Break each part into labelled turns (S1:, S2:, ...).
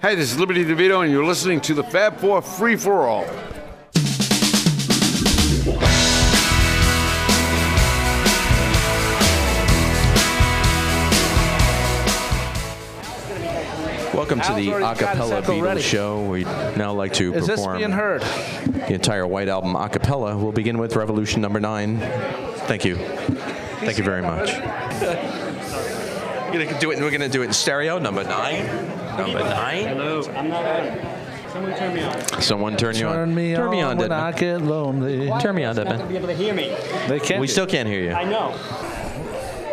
S1: Hey, this is Liberty DeVito, and you're listening to the Fab Four Free for All.
S2: Welcome to
S3: Al's
S2: the
S3: already got his
S2: acapella
S3: echo
S2: Beatles
S3: ready.
S2: show. We now like to
S3: Is this
S2: perform
S3: being heard?
S2: the entire White Album acapella. We'll begin with Revolution Number Nine. Thank you. Thank you very much. We're gonna do it. We're gonna do it in stereo. Number nine. Number nine.
S4: Hello. I'm not on. Someone turn me on.
S2: Someone turn you on.
S3: Turn me
S2: turn
S3: on,
S2: me on,
S3: when I
S2: Deadman.
S3: get lonely.
S2: Turn me on,
S4: Not gonna
S2: Deadman.
S4: be able to hear me.
S3: They can't.
S2: We
S3: do-
S2: still can't hear you.
S4: I know.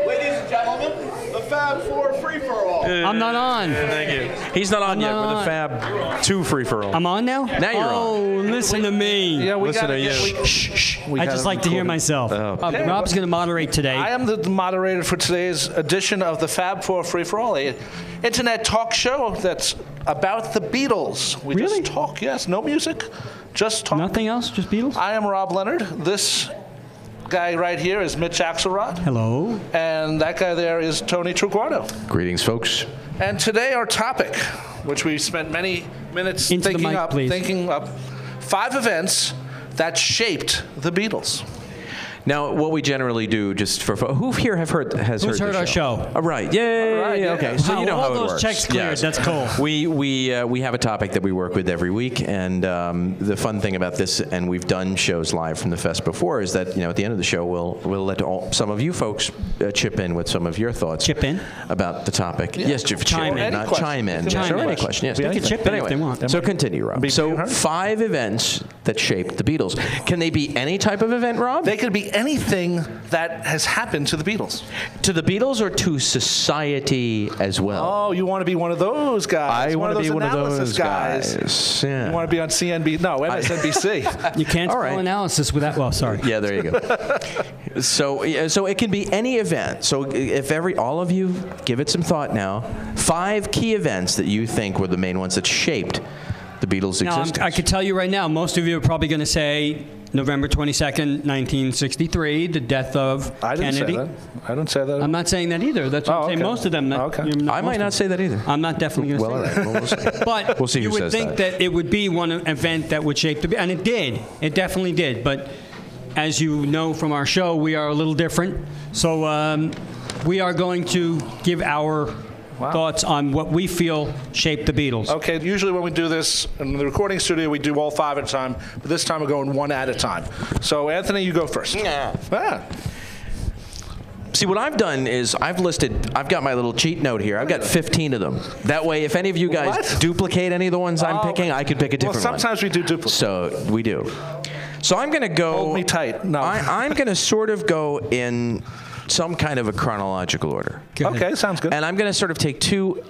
S5: Ladies and gentlemen, the Fab Four free for all.
S6: I'm not on.
S2: Thank you. He's not on
S6: I'm
S2: yet
S6: not
S2: with
S6: on.
S2: the Fab Two free for all.
S6: I'm on now?
S2: Now you're on.
S6: oh, listen to me.
S3: Yeah, we
S2: Listen
S3: gotta
S2: to
S3: get-
S2: you. Shh, shh.
S3: we
S6: I
S3: gotta
S6: just like to
S3: record
S6: hear
S3: it. Oh.
S6: myself. Uh, Rob's going to moderate today.
S3: I am the moderator for today's edition of the Fab Four Free for All, a internet talk show that's about the Beatles. We
S6: Really?
S3: just talk, yes, no music, just talk.
S6: Nothing else? Just Beatles?
S3: I am Rob Leonard. This guy right here is Mitch Axelrod,
S6: Hello.
S3: and that guy there is Tony Truguardo.
S2: Greetings, folks.
S3: And today our topic, which we spent many minutes
S6: Into the
S3: thinking
S6: mic,
S3: up,
S6: please.
S3: thinking up, five events that shaped the Beatles.
S2: Now, what we generally do, just for fo- who here have heard has
S6: Who's
S2: heard,
S6: heard
S2: the
S6: our show?
S2: All right, yay!
S3: right, yeah.
S2: Okay, so
S6: Wow,
S2: you know
S6: all
S2: how it
S6: those
S2: works.
S6: checks cleared, that's cool.
S2: We we uh, we have a topic that we work with every week, and um, the fun thing about this, and we've done shows live from the fest before, is that you know at the end of the show we'll we'll let all, some of you folks uh, chip in with some of your thoughts.
S6: Chip in?
S2: about the topic. Yes, chip,
S6: Chime
S2: chip
S6: in.
S2: Not
S3: Any
S2: chime in.
S3: question.
S2: Yes,
S6: Chime
S2: or
S6: in.
S2: any question. Yes,
S6: They can
S2: anything.
S6: chip
S2: But
S6: in if they want.
S2: So continue, Rob. So five events that shaped the Beatles. Can they be any type of event, Rob?
S3: They could be anything that has happened to the Beatles.
S2: To the Beatles or to society as well?
S3: Oh, you want to be one of those guys?
S2: I
S3: want to
S2: be one of
S3: analysis
S2: those guys. Yeah.
S3: You want to be on CNB? No, MSNBC.
S6: You can't
S2: All
S6: spell
S2: right.
S6: analysis without, well, sorry.
S2: yeah, there you go. so, yeah, so it can be any event. So, if every all of you give it some thought now, five key events that you think were the main ones that shaped the Beatles'
S6: Now, I'm,
S2: existence.
S6: I could tell you right now, most of you are probably going to say November 22nd, 1963, the death of
S3: I didn't
S6: Kennedy.
S3: say that. I didn't say that.
S6: I'm not saying that either. That's what
S3: Oh,
S6: I'm saying.
S3: okay.
S6: Most of them. That,
S3: Okay.
S6: you're
S2: I might
S6: most
S2: not
S6: of
S2: say that either.
S6: them. I'm not definitely going to
S2: well, all
S6: say
S2: right. Well,
S6: that.
S2: we'll see.
S6: But
S2: We'll see
S6: you
S2: who says
S6: would think
S2: that.
S6: that. it would be one event that would shape the be- and it did. It definitely did. But as you know from our show, we are a little different. So um, we are going to give our thoughts on what we feel shaped the Beatles.
S3: Okay, usually when we do this in the recording studio, we do all five at a time, but this time we're going one at a time. So, Anthony, you go first. Ah, Yeah.
S2: See, what I've done is I've listed, I've got my little cheat note here. I've got 15 of them. That way, if any of you guys
S3: What?
S2: duplicate any of the ones I'm
S3: Oh.
S2: picking, I could pick a
S3: Well,
S2: different one.
S3: sometimes we do duplicates.
S2: So we do. So I'm going to go.
S3: Hold me tight. No.
S2: I, I'm going to sort of go in some kind of a chronological order.
S3: okay, sounds good.
S2: And I'm going to sort of take two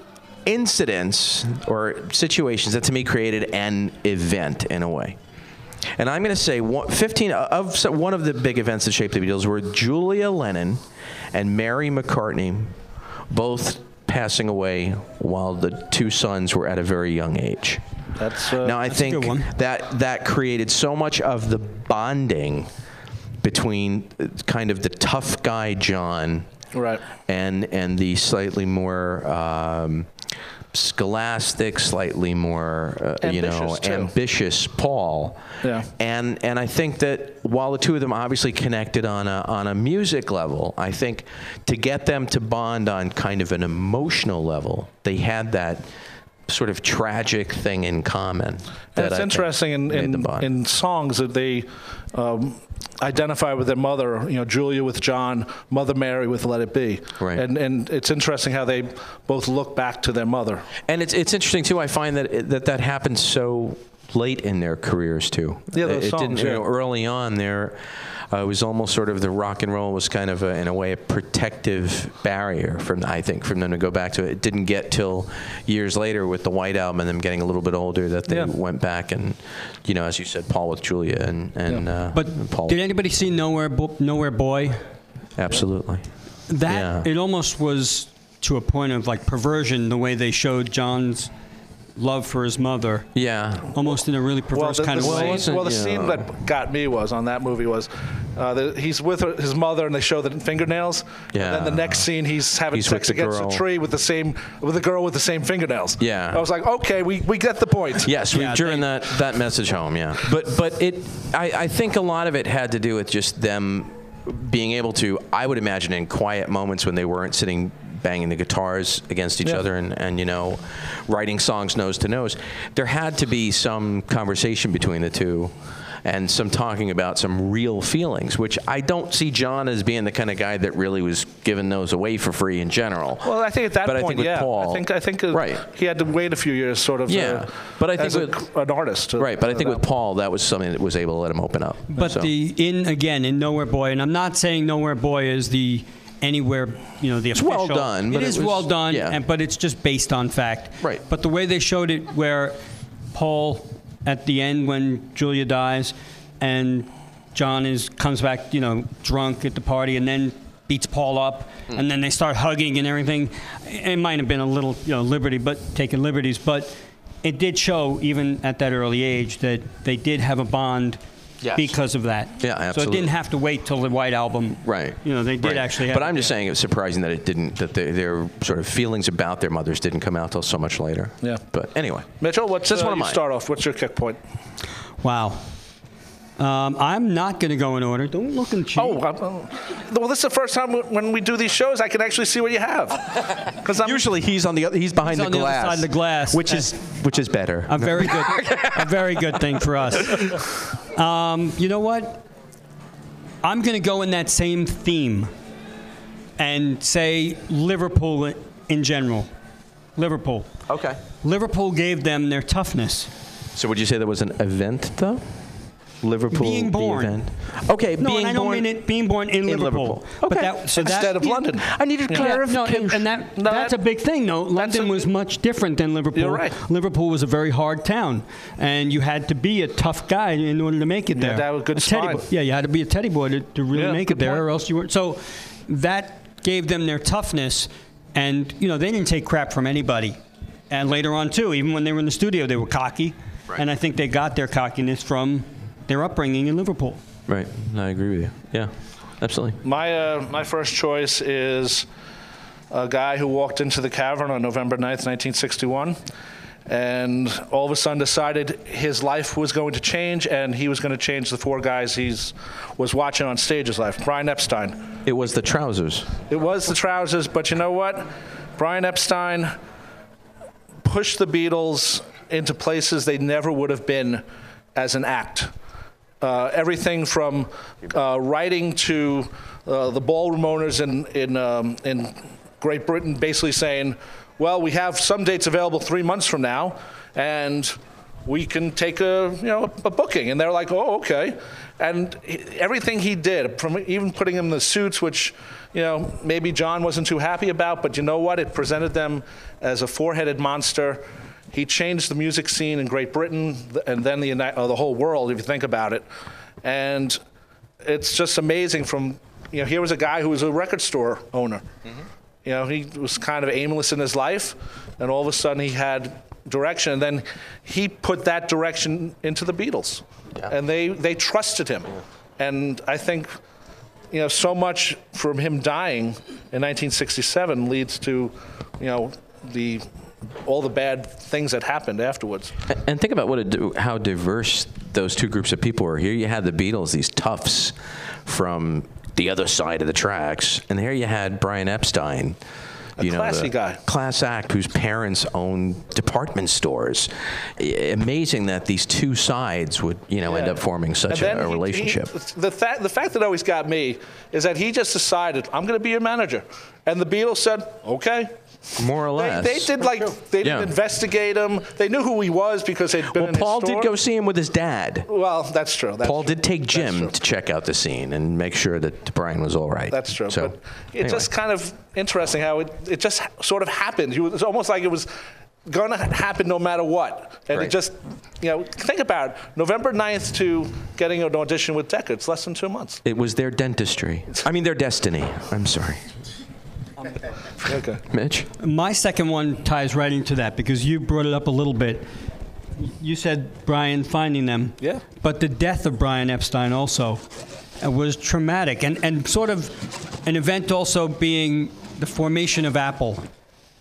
S2: incidents or situations that to me created an event in a way. And I'm going to say one, 15 of so one of the big events that shaped the Beatles were Julia Lennon and Mary McCartney both passing away while the two sons were at a very young age.
S3: That's, uh,
S2: now I
S6: a
S2: think
S6: good one.
S2: that that created so much of the bonding between uh, kind of the tough guy John
S3: Right.
S2: and and the slightly more um, scholastic, slightly more uh, you know
S3: Ambitious, too.
S2: ambitious Paul.
S3: Yeah.
S2: And and I think that while the two of them obviously connected on a on a music level, I think to get them to bond on kind of an emotional level, they had that sort of tragic thing in common. that I
S3: That's
S2: think
S3: interesting in,
S2: made them
S3: in,
S2: bond.
S3: in songs that they um, identify with their mother, you know, Julia with John, Mother Mary with Let It Be.
S2: Right.
S3: And, and it's interesting how they both look back to their mother.
S2: And it's it's interesting too. I find that it, that that happens so late in their careers too.
S3: Yeah, those
S2: it, it didn't.
S3: songs,
S2: You
S3: yeah.
S2: know, early on, there uh, it was almost sort of the rock and roll was kind of a, in a way a protective barrier from I think from them to go back to it. It didn't get till years later with the White Album and them getting a little bit older that they
S3: Yeah.
S2: went back and you know as you said Paul with Julia and and uh, and
S6: But
S2: Paul
S6: did anybody see Nowhere Bo- Nowhere Boy?
S2: absolutely.
S6: That
S2: Yeah.
S6: it almost was to a point of like perversion the way they showed John's love for his mother,
S2: Yeah.
S6: almost in a really perverse
S3: Well, the,
S6: kind
S3: the
S6: of
S3: scene,
S6: way.
S2: wasn't-
S3: well, the
S2: yeah.
S3: scene that got me was on that movie was uh, the, he's with her, his mother and they show the fingernails. And then
S2: Yeah.
S3: the next scene he's having
S2: He's
S3: sex
S2: with the
S3: against
S2: girl.
S3: a tree with the same with a girl with the same fingernails.
S2: Yeah.
S3: I was like, okay, we, we get the point.
S2: Yes, we've driven that, that message home, yeah. But but it I, I think a lot of it had to do with just them being able to, I would imagine in quiet moments when they weren't sitting banging the guitars against each other and, and you know writing songs nose to nose there had to be some conversation between the two and some talking about some real feelings which i don't see john as being the kind of guy that really was giving those away for free in general
S3: Well, I think at that
S2: but
S3: point,
S2: i think with
S3: yeah.
S2: paul
S3: I think I think uh,
S2: right
S3: he had to wait a few years, sort of.
S2: Yeah.
S3: uh,
S2: But I think
S3: as a-
S2: with-
S3: an artist. uh,
S2: Right, but I think
S3: uh,
S2: with Paul, that was something that was able to let him open up.
S6: But
S2: So-
S6: the in again in Nowhere Boy, and I'm not saying Nowhere Boy is the anywhere you know the it's
S2: well done, but
S6: it
S2: it
S6: is
S2: was-
S6: well done,
S2: yeah.
S6: and, but it's just based on fact.
S2: Right.
S6: But the way they showed it, where Paul at the end when Julia dies, and John is comes back you know drunk at the party, and then beats Paul up,
S2: Hmm.
S6: and then they start hugging and everything. It might have been a little you know liberty, but taking liberties, but. It did show, even at that early age, that they did have a bond
S2: Yes.
S6: because of that.
S2: Yeah,
S6: So it
S2: absolutely.
S6: didn't have to wait till the White Album.
S2: Right.
S6: You know, they did
S2: Right.
S6: actually have.
S2: But I'm just saying it's surprising that it didn't, that their, their sort of feelings about their mothers didn't come out till so much later.
S3: Yeah.
S2: But anyway.
S3: Mitchell, what's
S2: That's
S3: uh,
S2: one of
S3: you
S2: mine.
S3: start off? What's your kick point?
S6: Wow. Um, I'm not going to go in order. Don't look and cheat.
S3: Oh, I'm- I'm- well, this is the first time w- when we do these shows I can actually see what you have. Because I'm
S2: Usually he's on the other, he's behind
S6: He's on the other side of the glass.
S2: Which is, which is better.
S6: a very good, a very good thing for us. Um, you know what? I'm going to go in that same theme, and say Liverpool in general. Liverpool.
S2: okay.
S6: Liverpool gave them their toughness.
S2: So would you say there was an event though? Liverpool
S6: Being
S2: the
S6: born.
S2: event. Okay,
S6: No,
S2: being
S6: and I don't
S2: born.
S6: mean it being born in,
S2: in Liverpool.
S6: But
S2: Okay.
S6: that, so that-
S3: Instead of London.
S2: I needed
S6: Yeah, no,
S2: clarification.
S6: and, and that,
S3: No,
S6: that's
S3: that-
S6: a big thing, though. London
S3: a-
S6: was much different than Liverpool.
S3: You're right.
S6: Liverpool was a very hard town, and you had to be a tough guy in order to make it there.
S3: to have a good
S6: A teddy
S3: spine.
S6: boy- yeah, you had to be a teddy boy to, to really
S3: Yeah,
S6: make it
S3: good
S6: there,
S3: point.
S6: or else you weren't. So that gave them their toughness, and you know they didn't take crap from anybody. And later on too, even when they were in the studio, they were cocky, and I think they got their cockiness from their upbringing in Liverpool.
S2: Right. I agree with you. Yeah. Absolutely.
S3: My uh, my first choice is a guy who walked into the cavern on November 9th, 1961, and all of a sudden decided his life was going to change, and he was going to change the four guys he's was watching on stage's life. Brian Epstein.
S2: It was the trousers.
S3: It was the trousers, but you know what? Brian Epstein pushed the Beatles into places they never would have been as an act. Uh, everything from uh, writing to uh, the ballroom owners in, in, um, in Great Britain basically saying, well, we have some dates available three months from now, and we can take a, you know, a booking. And they're like, oh, okay. And he, everything he did, from even putting him in the suits, which, you know, maybe John wasn't too happy about, but you know what? It presented them as a four-headed monster. He changed the music scene in Great Britain th- and then the, Uni- uh, the whole world, if you think about it. And it's just amazing from, you know, here was a guy who was a record store owner. You know, he was kind of aimless in his life, and all of a sudden he had direction. And then he put that direction into the Beatles. And they, they trusted him. And I think, you know, so much from him dying in 1967 leads to, you know, the all the bad things that happened afterwards.
S2: And think about what a, di- how diverse those two groups of people were. Here you had the Beatles, these toughs from the other side of the tracks, and here you had Brian Epstein, you know,
S3: classy
S2: the
S3: guy.
S2: class act whose parents owned department stores. I- amazing that these two sides would, you know, end
S3: Yeah.
S2: up forming such
S3: And then
S2: a, a
S3: he-
S2: relationship.
S3: he- the, fact, the fact that always got me is that he just decided, I'm going to be your manager. And the Beatles said, okay.
S2: more or
S3: They,
S2: less.
S3: they did like they
S2: Yeah.
S3: didn't investigate him. They knew who he was because they'd been
S2: well,
S3: in his
S2: Paul
S3: store.
S2: did go see him with his dad.
S3: Well, that's true. That's
S2: Paul
S3: true.
S2: did take
S3: That's
S2: Jim
S3: true.
S2: to check out the scene and make sure that Brian was all right.
S3: That's true.
S2: So,
S3: but it's
S2: anyway.
S3: just kind of interesting how it, it just ha- sort of happened. You, it's almost like it was going to happen no matter what. And
S2: Right.
S3: it just, you know, think about it. November 9th to getting an audition with Decca. It's less than two months.
S2: It was their dentistry. I mean, their destiny. I'm sorry.
S3: Okay.
S2: Mitch?
S6: My second one ties right into that because you brought it up a little bit. You said Brian finding them.
S3: Yeah.
S6: But the death of Brian Epstein also uh, was traumatic and, and sort of an event also being the formation of Apple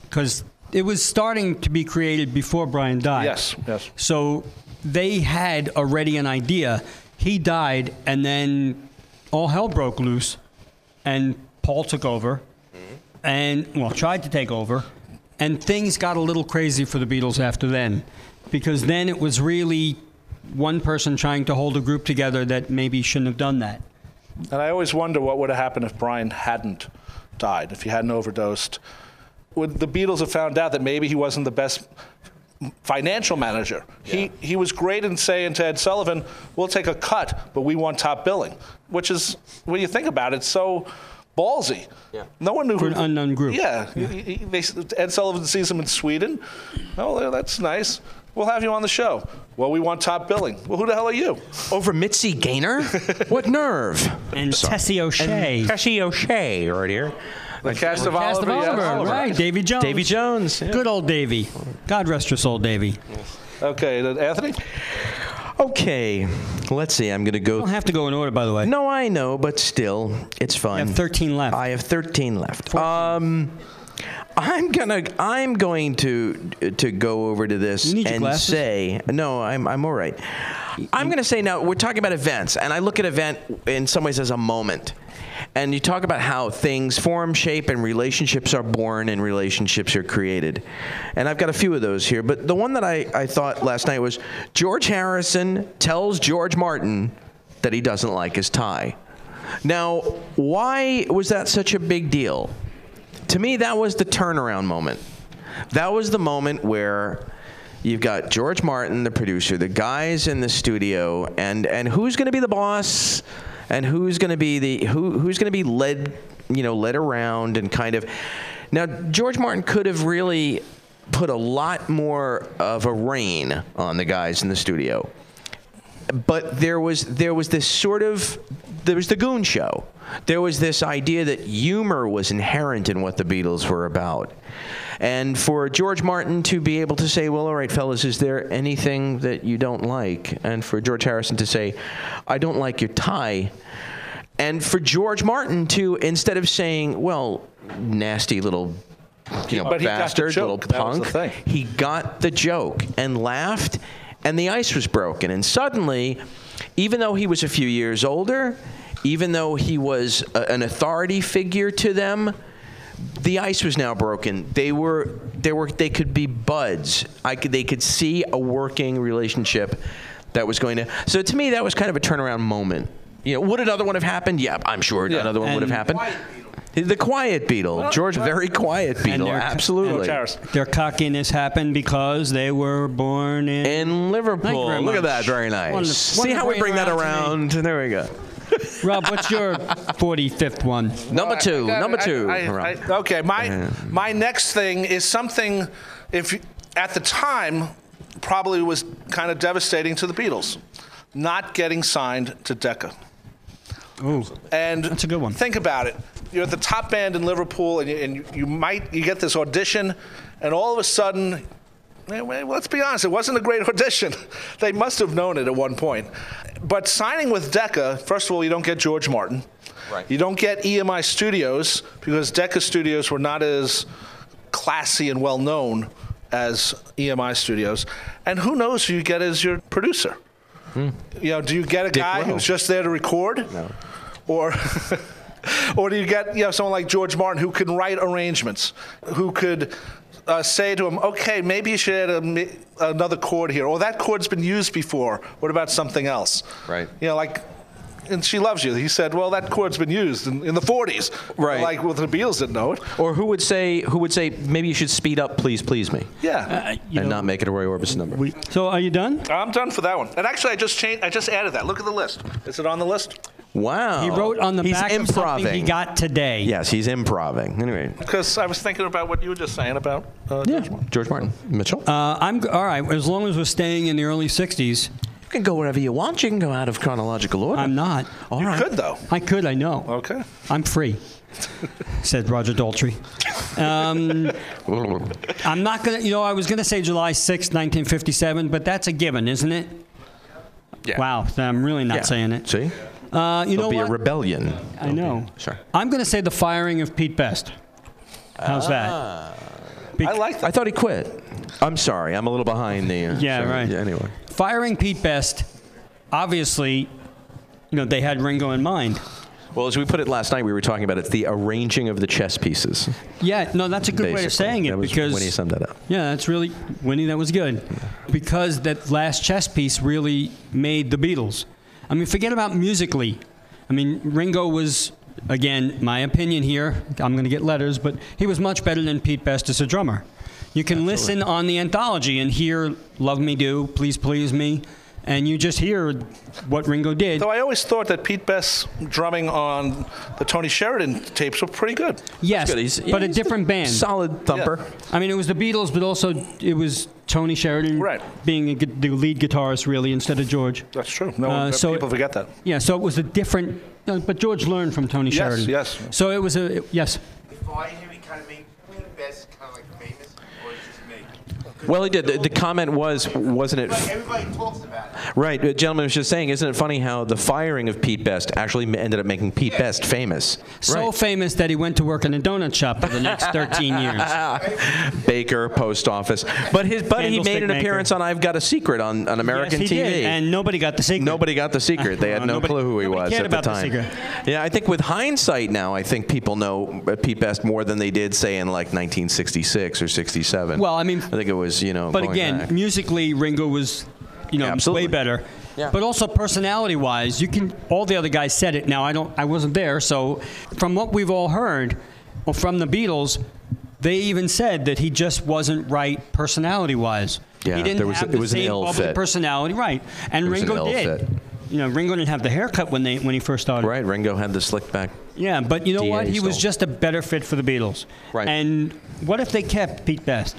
S6: because it was starting to be created before Brian died.
S3: Yes, yes.
S6: So they had already an idea. He died, and then all hell broke loose, and Paul took over, and well, tried to take over, and things got a little crazy for the Beatles after then, because then it was really one person trying to hold a group together that maybe shouldn't have done that.
S3: And I always wonder what would have happened if Brian hadn't died, if he hadn't overdosed. Would the Beatles have found out that maybe he wasn't the best financial manager? He, he was great in saying to Ed Sullivan, we'll take a cut, but we want top billing, which is, when you think about it, so ballsy. Yeah. No one knew
S6: For an unknown group.
S3: Yeah. He- he- they, Ed Sullivan sees him in Sweden. Oh, that's nice. We'll have you on the show. Well, we want top billing. Well, who the hell are you?
S2: Over Mitzi Gaynor? what nerve?
S6: And Tessie O'Shea.
S2: Cassie O'Shea right here.
S3: The cast of
S6: Cast of
S3: Oliver. yes.
S6: Oliver, right? Davy Jones.
S2: Davy Jones. yeah.
S6: Good old Davy. God rest your soul, Davy.
S3: Okay, then Anthony?
S2: Okay, let's see. I'm going to
S6: You
S2: go.
S6: don't have to go in order, by the way.
S2: No, I know, but still, it's fun.
S6: have 13 left.
S2: I have 13 left. Um, I'm gonna. I'm going to to go over to this
S6: You need your
S2: and
S6: glasses?
S2: say no. I'm I'm all right. I'm gonna say now we're talking about events, and I look at event in some ways as a moment. And you talk about how things form, shape, and relationships are born, and relationships are created. And I've got a few of those here, but the one that I, I thought last night was George Harrison tells George Martin that he doesn't like his tie. Now, why was that such a big deal? To me, that was the turnaround moment. That was the moment where you've got George Martin, the producer, the guys in the studio, and and who's going to be the boss, and who's going to be the who who's going to be led, you know, led around and kind of. Now, George Martin could have really put a lot more of a rein on the guys in the studio but there was there was this sort of there was the goon show. There was this idea that humor was inherent in what the Beatles were about. And for George Martin to be able to say, "Well, all right, fellas, is there anything that you don't like?" and for George Harrison to say, "I don't like your tie." And for George Martin to instead of saying, "Well, nasty little you know,
S3: But he got the
S2: bastard, little
S3: joke. That was the
S2: punk,"
S3: thing.
S2: he got the joke and laughed and the ice was broken and suddenly even though he was a few years older even though he was a, an authority figure to them the ice was now broken they were they were they could be buds i could they could see a working relationship that was going to so to me that was kind of a turnaround moment you know would another one have happened yeah i'm sure another one would have
S6: And-
S2: happened the quiet beetle george very quiet beetle
S6: they're-
S2: absolutely
S3: Harris.
S6: Their cockiness happened because they were born
S2: in
S6: in. Thank you
S2: Liverpool.
S6: very
S2: Look at that,
S6: much.
S2: very nice.
S6: Wonderful-
S2: See how
S6: wonderful
S2: we bring that
S6: around
S2: around. There we go.
S6: Rob, what's your 45th one?
S2: Number two,
S3: I- I-
S2: number
S3: I-
S2: two.
S3: I-
S2: Rob.
S3: I- okay, my my next thing is something. If you- at the time, probably was kind of devastating to the Beatles, not getting signed to Decca.
S6: Ooh.
S3: And
S6: That's a good one.
S3: Think about it. You're at the top band in Liverpool, and you, and you- you might you get this audition, and all of a sudden, eh, well, let's be honest, it wasn't a great audition. they must have known it at one point. But signing with Decca, first of all, you don't get George Martin. Right. You don't get EMI Studios because Decca Studios were not as classy and well known as EMI Studios. And who knows who you get as your producer? You know, do you get a guy
S2: Rowe.
S3: who's just there to record? No. Or or do you get you know someone like George Martin who can write arrangements, who could uh, say to him, okay, maybe you should add a, mi- another chord here, or that chord's been used before. What about something else?
S2: Right.
S3: You know, like. And she loves you. He said, "Well, that chord's been used in, in the '40s,
S2: Right.
S3: Like, well, the Beatles didn't know it.
S2: or who would say? Who would say? Maybe you should speed up, please, please me,
S3: Yeah,
S6: Uh, you
S2: and
S6: know,
S2: not make it a Roy Orbison number.
S6: we- so are you done?
S3: I'm done for that one. And actually, I just changed. I just added that. Look at the list. Is it on the list?
S2: wow.
S6: He wrote on the
S2: He's
S6: back of
S2: improving.
S6: something he got today.
S2: Yes, he's improving. Anyway,
S3: Because I was thinking about what you were just saying about. Uh,
S2: yeah. George Martin Mitchell.
S6: Uh, I'm g- all right. As long as we're staying in the early 60s,
S2: can go wherever you want. You can go out of chronological order.
S6: I'm not.
S2: All right.
S3: Could though.
S6: I could, I know.
S3: Okay.
S6: I'm free, said Roger Daltrey. Um, I'm not going to, you know, I was going to say July sixth, 1957, but that's a given, isn't it?
S2: Yeah.
S6: Wow, I'm really not
S2: Yeah.
S6: saying it.
S2: See?
S6: Uh, you know
S2: There'll be
S6: what?
S2: a rebellion.
S6: I know.
S2: Sure.
S6: I'm going to say the firing of Pete Best. How's
S2: Ah.
S6: that?
S3: I like
S2: I
S3: that.
S2: thought he quit. I'm sorry. I'm a little behind the. Uh,
S6: Yeah,
S2: so-
S6: right.
S2: anyway.
S6: Firing Pete Best, obviously, you know, they had Ringo in mind.
S2: Well, as we put it last night, we were talking about it's the arranging of the chess pieces.
S6: Yeah, no, that's a good way
S2: basically.
S6: of saying
S2: That
S6: it
S2: was
S6: because
S2: when he summed that up.
S6: Yeah, that's really Winnie. That was good because that last chess piece really made the Beatles. I mean, forget about musically. I mean, Ringo was again my opinion here. I'm going to get letters, but he was much better than Pete Best as a drummer. You can listen on the anthology and hear "Love Me Do," "Please Please Me," and you just hear what Ringo did.
S3: Though I always thought that Pete Best's drumming on the Tony Sheridan tapes were pretty good.
S6: yes,
S2: Good. He's-
S6: but a
S2: he's
S6: different band.
S2: Solid thumper.
S6: I mean, it was the Beatles, but also it was Tony Sheridan
S3: Right.
S6: being a, gu- the lead guitarist, really, instead of George.
S3: That's true. No,
S6: Uh, so-
S3: people forget that.
S6: Yeah, so it was a different. no, but George learned from Tony
S3: Yes,
S6: Sheridan.
S3: yes.
S6: So it was a yes.
S7: Before I hear he kind of made Pete Best kind of like famous, or is it just me?
S2: Well, he did. The, the comment was, wasn't it?
S7: Like everybody talks about it.
S2: Right, the gentleman was just saying, isn't it funny how the firing of Pete Best actually ma- ended up making Pete Best famous?
S6: So famous that he went to work in a donut shop for the next 13 years.
S2: right. Ah, Baker, post office, but his but he
S6: Candlestick
S2: made an
S6: maker.
S2: appearance on I've Got a Secret on, on American
S6: yes, he
S2: TV.
S6: did, and nobody got the secret.
S2: Nobody got the secret. They had no
S6: Nobody-
S2: clue who he
S6: nobody
S2: was
S6: cared
S2: at
S6: about
S2: the
S6: the
S2: time.
S6: secret.
S2: yeah, I think with hindsight now, I think people know uh, Pete Best more than they did, say, in like 1966 or 67.
S6: Well, I mean-
S2: I think it was you know.
S6: But
S2: going
S6: again,
S2: back.
S6: musically, Ringo was, you know,
S2: Absolutely.
S6: way better. But also personality-wise, you can. All the other guys said it. Now I don't. I wasn't there. So from what we've all heard, or from the Beatles, they even said that he just wasn't right personality-wise.
S2: Yeah,
S6: he didn't
S2: there was-
S6: have
S2: it
S6: the
S2: was an
S6: same
S2: ill
S6: bubbly
S2: fit.
S6: personality, right? And
S2: It was an
S6: Ringo
S2: ill
S6: did.
S2: fit.
S6: You know, Ringo didn't have the haircut when they when he first started.
S2: right, Ringo had the slick back.
S6: Yeah, but you know
S2: DA
S6: what? He was
S2: still.
S6: just a better fit for the Beatles.
S2: Right.
S6: And what if they kept Pete Best?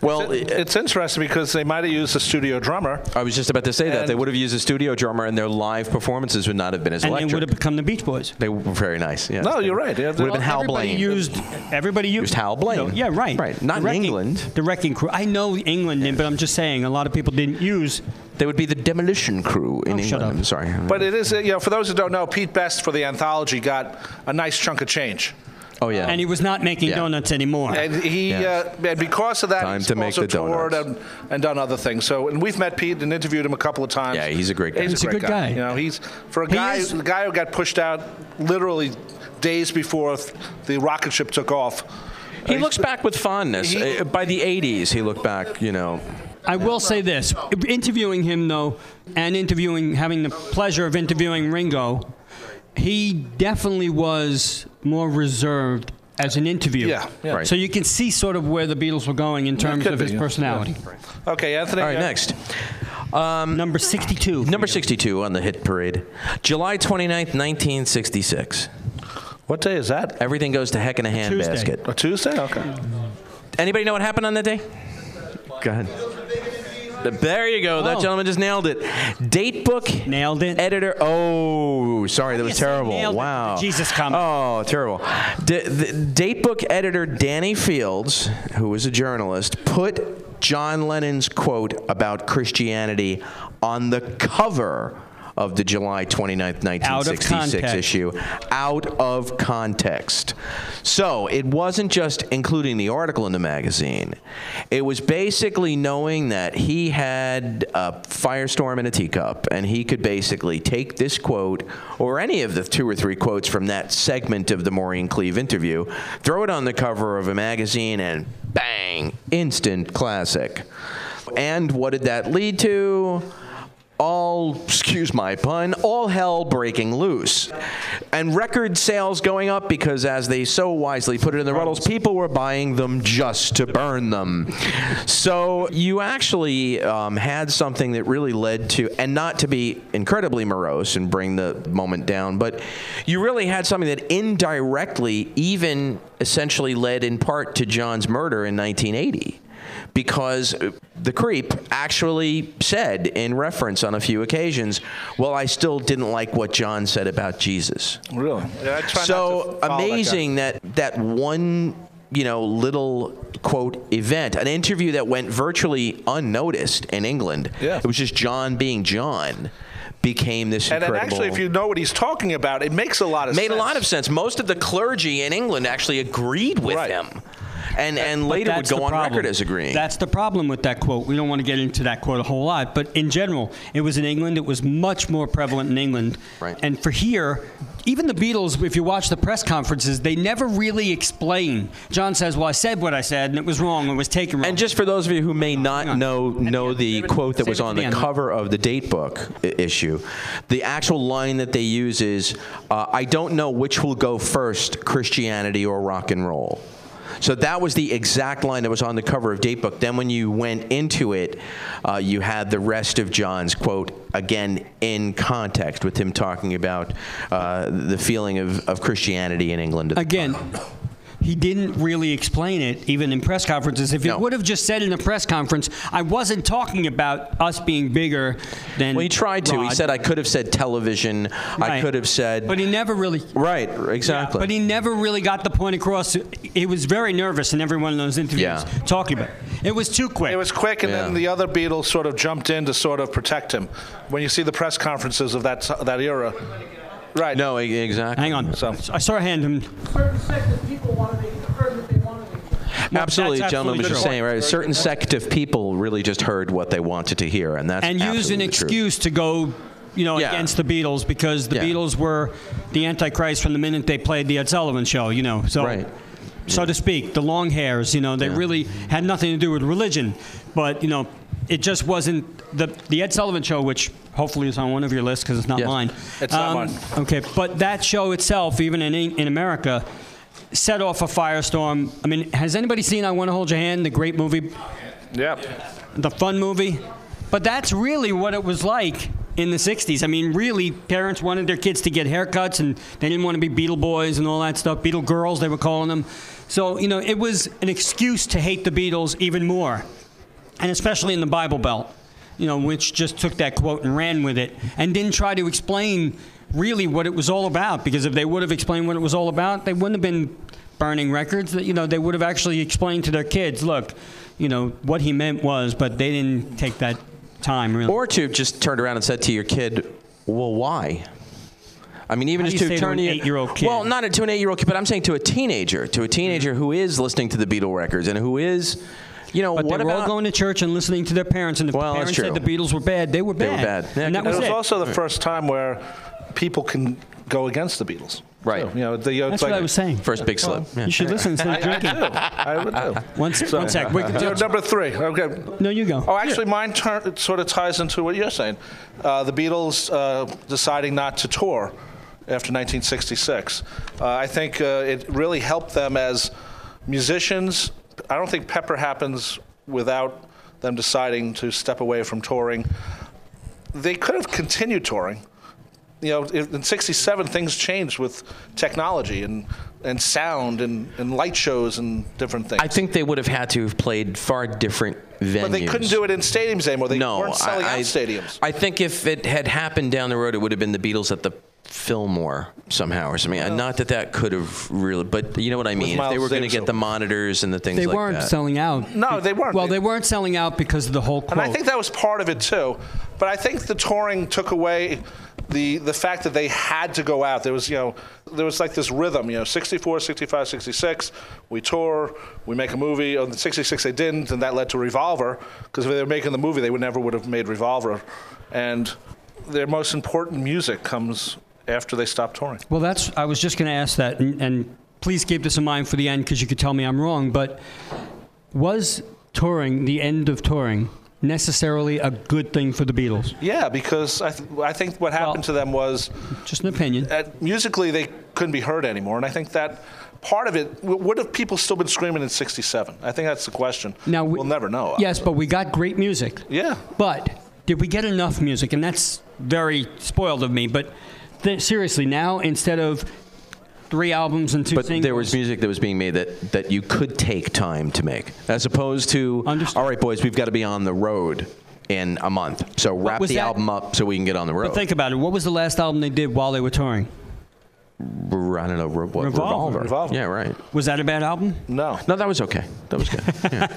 S2: Well, it-
S3: It's interesting because they might have used a studio drummer.
S2: I was just about to say that
S3: and-
S2: they would have used a studio drummer, and their live performances would not have been as
S6: And they
S2: electric.
S6: would have become the Beach Boys.
S2: They were very nice. Yes.
S3: No, you're right. They have-
S2: Would have been
S3: Well,
S2: Hal
S6: everybody
S2: Blaine.
S6: used everybody used,
S2: Used Hal Blaine.
S6: yeah, right.
S2: Right, not in
S6: the wrecking,
S2: England.
S6: The wrecking crew. I know England, did, but I'm just saying a lot of people didn't use.
S2: they would be the demolition crew in
S6: Oh,
S2: England.
S6: shut up.
S2: I'm sorry.
S3: But it is, you know, for those who don't know, Pete Best for the anthology got a nice chunk of change.
S2: oh yeah.
S6: And he was not making
S2: Yeah.
S6: donuts anymore.
S3: And he,
S2: Yes.
S3: uh, and because of that,
S2: Time
S3: he's
S2: to make
S3: also
S2: the
S3: toured and,
S2: donuts.
S3: and done other things. So, and we've met Pete and interviewed him a couple of times.
S2: Yeah, he's a great guy.
S6: He's a good guy.
S3: You know, he's for a
S6: He
S3: guy,
S6: is-
S3: the guy who got pushed out literally days before th- the rocket ship took off.
S2: He looks back with fondness.
S3: He-
S2: Uh, By the 80s, he looked back, you know.
S6: I will say this: interviewing him though, and interviewing having the pleasure of interviewing Ringo, he definitely was more reserved as an interview.
S3: Yeah, yeah.
S2: Right.
S6: So you can see sort of where the Beatles were going in terms
S3: could
S6: of
S3: be,
S6: his
S3: yeah.
S6: personality.
S3: Okay, Anthony.
S2: All right,
S3: uh,
S2: next.
S6: Number 62.
S2: Number 62 on the hit parade. July 29th, 1966.
S3: What day is that?
S2: Everything goes to heck in a
S6: Tuesday.
S2: handbasket.
S3: A Tuesday. Okay.
S2: Anybody know what happened on that day? Go ahead. There you go. That
S6: Oh.
S2: gentleman just nailed it. Date book
S6: Nailed it.
S2: editor. Oh, sorry, that was
S6: Yes, I
S2: terrible.
S6: nailed it.
S2: wow.
S6: Jesus comment.
S2: Oh, terrible. D- the date book editor Danny Fields, who was a journalist, put John Lennon's quote about Christianity on the cover of the July 29th, 1966
S6: context.
S2: issue out of context. So it wasn't just including the article in the magazine, it was basically knowing that he had a firestorm in a teacup and he could basically take this quote or any of the two or three quotes from that segment of the Maureen Cleave interview, throw it on the cover of a magazine, and bang, instant classic. And what did that lead to? all, excuse my pun, all hell breaking loose. And record sales going up because, as they so wisely put it in the Ruddles, people were buying them just to burn them. So you actually um, had something that really led to, and not to be incredibly morose and bring the moment down, but you really had something that indirectly even essentially led in part to John's murder in 1980 because uh, the creep actually said in reference on a few occasions, "Well, I still didn't like what John said about Jesus."
S3: Really? Yeah, I try not to
S2: so
S3: follow that guy.
S2: amazing that, that one you know little quote event an interview that went virtually unnoticed in england
S3: Yeah.
S2: it was just john being john became this
S3: And then
S2: incredible
S3: actually, if you know what he's talking about, it makes a lot of
S2: made
S3: sense.
S2: a lot of sense most of the clergy in england actually agreed with
S3: Right.
S2: him and and
S6: But
S2: later would
S6: that's
S2: go
S6: the
S2: on
S6: problem.
S2: record as agreeing
S6: That's the problem with that quote. We don't want to get into that quote a whole lot, but in general, it was in England. It was much more prevalent in England.
S2: Right.
S6: And for here, even the Beatles, if you watch the press conferences, they never really explain. John says, "Well, I said what I said, and it was wrong. It was taken wrong."
S2: And just for those of you who may not
S6: on.
S2: know know the
S6: Save it-
S2: quote that
S6: save
S2: was
S6: it for
S2: on
S6: the
S2: the
S6: end.
S2: cover of the date book i- issue, the actual line that they use is, uh, "I don't know which will go first, Christianity or rock and roll." So that was the exact line that was on the cover of Datebook. Then, when you went into it, uh, you had the rest of John's quote again in context with him talking about uh, the feeling of, of Christianity in England. at the
S6: again. He didn't really explain it, even in press conferences. If he
S2: No.
S6: would have just said in a press conference, "I wasn't talking about us being bigger than."
S2: Well, he tried to. He
S6: Rod."
S2: said, I could have said television. I
S6: Right.
S2: could have said.
S6: But he never really.
S2: right, exactly.
S6: But he never really got the point across. He was very nervous in every one of those interviews
S2: Yeah.
S6: talking about it. It was too quick.
S3: It was quick, and then
S2: Yeah.
S3: the other Beatles sort of jumped in to sort of protect him. When you see the press conferences of that that era, right?
S2: no, e- exactly.
S6: Hang on.
S3: So-
S6: I saw a hand. him.
S8: certain sect of people wanted to, heard that they wanted to.
S2: Absolutely,
S6: That's
S2: gentleman was
S6: absolutely
S2: just
S6: true.
S2: saying, right? A certain sect of people really just heard what they wanted to hear, and that's
S6: and used an
S2: absolutely true.
S6: excuse to go, you know,
S2: Yeah.
S6: against the Beatles because the
S2: Yeah.
S6: Beatles were the Antichrist from the minute they played the Ed Sullivan Show. You know, so.
S2: Right.
S6: So to speak, the long hairs, you know, they really had nothing to do with religion, but you know, it just wasn't the the Ed Sullivan Show, which hopefully is on one of your lists because it's not
S2: Yes.
S6: mine. Um,
S3: It's not mine.
S6: Okay, but that show itself, even in in America, set off a firestorm. I mean, has anybody seen "I Want to Hold Your Hand"? The great movie
S3: Yeah.
S6: the fun movie. But that's really what it was like in the 60s. I mean, really, parents wanted their kids to get haircuts and they didn't want to be Beetle Boys and all that stuff, Beetle Girls, they were calling them. So, you know, it was an excuse to hate the Beatles even more, and especially in the Bible Belt, you know, which just took that quote and ran with it and didn't try to explain really what it was all about because if they would have explained what it was all about, they wouldn't have been burning records that you know they would have actually explained to their kids look you know what he meant was but they didn't take that time really
S2: Or to just turned around and said to your kid, "Well, why?" I mean, even
S6: How do
S2: just
S6: you
S2: to
S6: say to
S2: turn
S6: an
S2: your-
S6: eight-year-old kid?
S2: Well, not to an eight-year-old kid, but I'm saying to a teenager, to a teenager who is listening to the Beatle records and who is, you know,
S6: but
S2: what
S6: they were
S2: about
S6: all going to church and listening to their parents and if
S2: Well,
S6: the
S2: that's
S6: parents said the
S2: true.
S6: beatles were bad they were bad,
S2: They were bad. Yeah,
S6: and that
S2: good
S6: was
S3: And it was
S6: it
S3: also the first time where people can go against the Beatles.
S2: Right.
S3: too. You know, the, uh,
S6: that's what i was saying
S2: first big slip? Yeah.
S6: you should listen instead of drinking
S3: I would do.
S6: one, sec, one sec we can
S3: So,
S6: do
S3: number three. Okay.
S6: no you go
S3: Oh, actually, mine turn, it sort of ties into what you're saying. Uh, the Beatles uh, deciding not to tour after 1966. Uh, I think uh, it really helped them as musicians. I don't think Pepper happens without them deciding to step away from touring. They could have continued touring. You know, if- in '67 things changed with technology and, and sound and, and light shows and different things.
S2: I think they would have had to have played far different venues.
S3: but they couldn't do it in stadiums anymore. They
S2: no,
S3: weren't selling
S2: I,
S3: out
S2: I-
S3: stadiums.
S2: I think if it had happened down the road, it would have been the Beatles at the Fillmore somehow or something. And Not that that could have really, but you know what I mean. If they
S3: Miles
S2: were going to
S3: Davis
S2: get
S3: over.
S2: the monitors and the things
S6: they
S2: like
S6: weren't
S2: that.
S6: selling out
S3: No, they weren't.
S6: well
S3: They-
S6: they weren't selling out because of the whole quote
S3: And I think that was part of it too. But I think the touring took away the the fact that they had to go out. There was, you know, there was like this rhythm, you know, 64, 65, 66, we tour, we make a movie. On the 66 they didn't, and that led to Revolver because if they were making the movie, they would never would have made Revolver. And their most important music comes after they stop touring.
S6: Well, that's. I was just going to ask that, and, and please keep this in mind for the end because you could tell me I'm wrong. But was touring the end of touring necessarily a good thing for the Beatles?
S3: Yeah, because I, th- I think what happened
S6: Well-
S3: to them was
S6: Just an opinion.
S3: that musically they couldn't be heard anymore, and I think that part of it. w- Would have people still been screaming in '67? I think that's the question.
S6: now we,
S3: we, will never know.
S6: Yes, but we got great music.
S3: Yeah.
S6: But did we get enough music? And that's very spoiled of me. But th- seriously, now instead of three albums and two
S9: But
S6: singles.
S9: there was music that was being made that, that you could take time to make, as opposed to,
S6: Understood.
S9: all right, boys, we've got to be on the road in a month. So wrap the
S6: was that-
S9: album up so we can get on the road.
S6: But think about it. What was the last album they did while they were touring?
S9: R- I don't know, Re- what,
S6: Revolver.
S9: Revolver.
S3: Revolver.
S9: Yeah, right.
S6: Was that a bad album?
S3: No.
S9: No, that was okay. That was good. Yeah.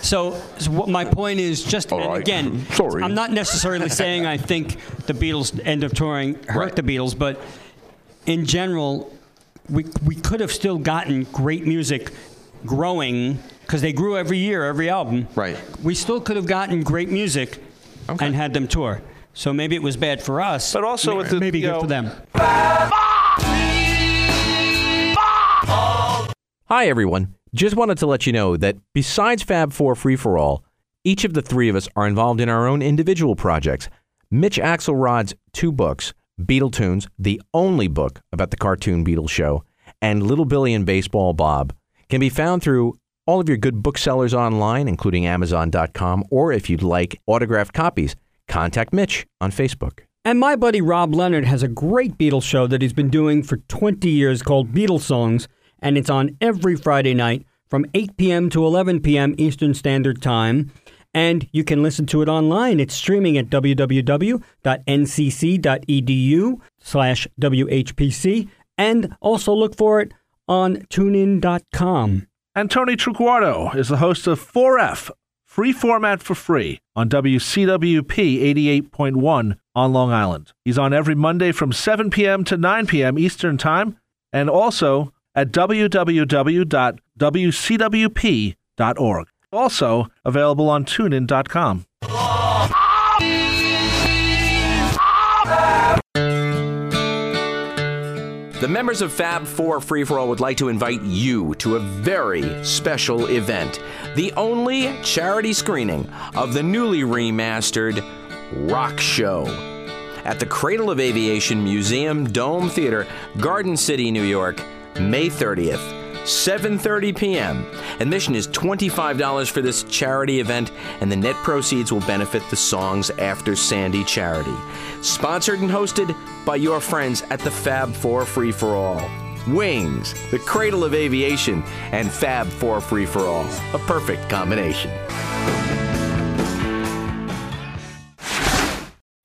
S6: So, so what my point is just
S9: All
S6: and
S9: right.
S6: again,
S9: Sorry.
S6: I'm not necessarily saying I think the Beatles end of touring hurt
S9: Right.
S6: the Beatles, but in general, we we could have still gotten great music growing because they grew every year, every album.
S9: Right.
S6: We still could have gotten great music
S9: Okay.
S6: and had them tour. So maybe it was bad for us,
S3: But also
S6: may-
S3: with the-
S6: maybe
S3: you
S6: good
S3: know-
S6: for them.
S2: Hi, everyone. Just wanted to let you know that besides Fab Four Free for All, each of the three of us are involved in our own individual projects. Mitch Axelrod's two books, Beetletoons, the only book about the cartoon Beatles show, and Little Billy and Baseball Bob, can be found through all of your good booksellers online, including Amazon.com, or if you'd like autographed copies, contact Mitch on Facebook.
S10: And my buddy Rob Leonard has a great Beatles show that he's been doing for 20 years called Beatles Songs, and it's on every Friday night from 8 p.m. to 11 p.m. Eastern Standard Time. And you can listen to it online. It's streaming at www.ncc.edu E slash WHPC, and also look for it on tunein.com.
S3: And Tony Truguardo is the host of 4F, Free Format for Free, on WCWP 88.1 on Long Island. He's on every Monday from 7 p.m. to 9 p.m. Eastern Time, and also at www.wcwp.org. Also available on tunein.com.
S9: The members of Fab 4 Free For All would like to invite you to a very special event the only charity screening of the newly remastered Rock Show at the Cradle of Aviation Museum Dome Theater, Garden City, New York, May 30th. 7:30 p.m. Admission is $25 for this charity event and the net proceeds will benefit the Songs After Sandy charity. Sponsored and hosted by your friends at the Fab 4 Free for All. Wings, the cradle of aviation, and Fab 4 Free for All. A perfect combination.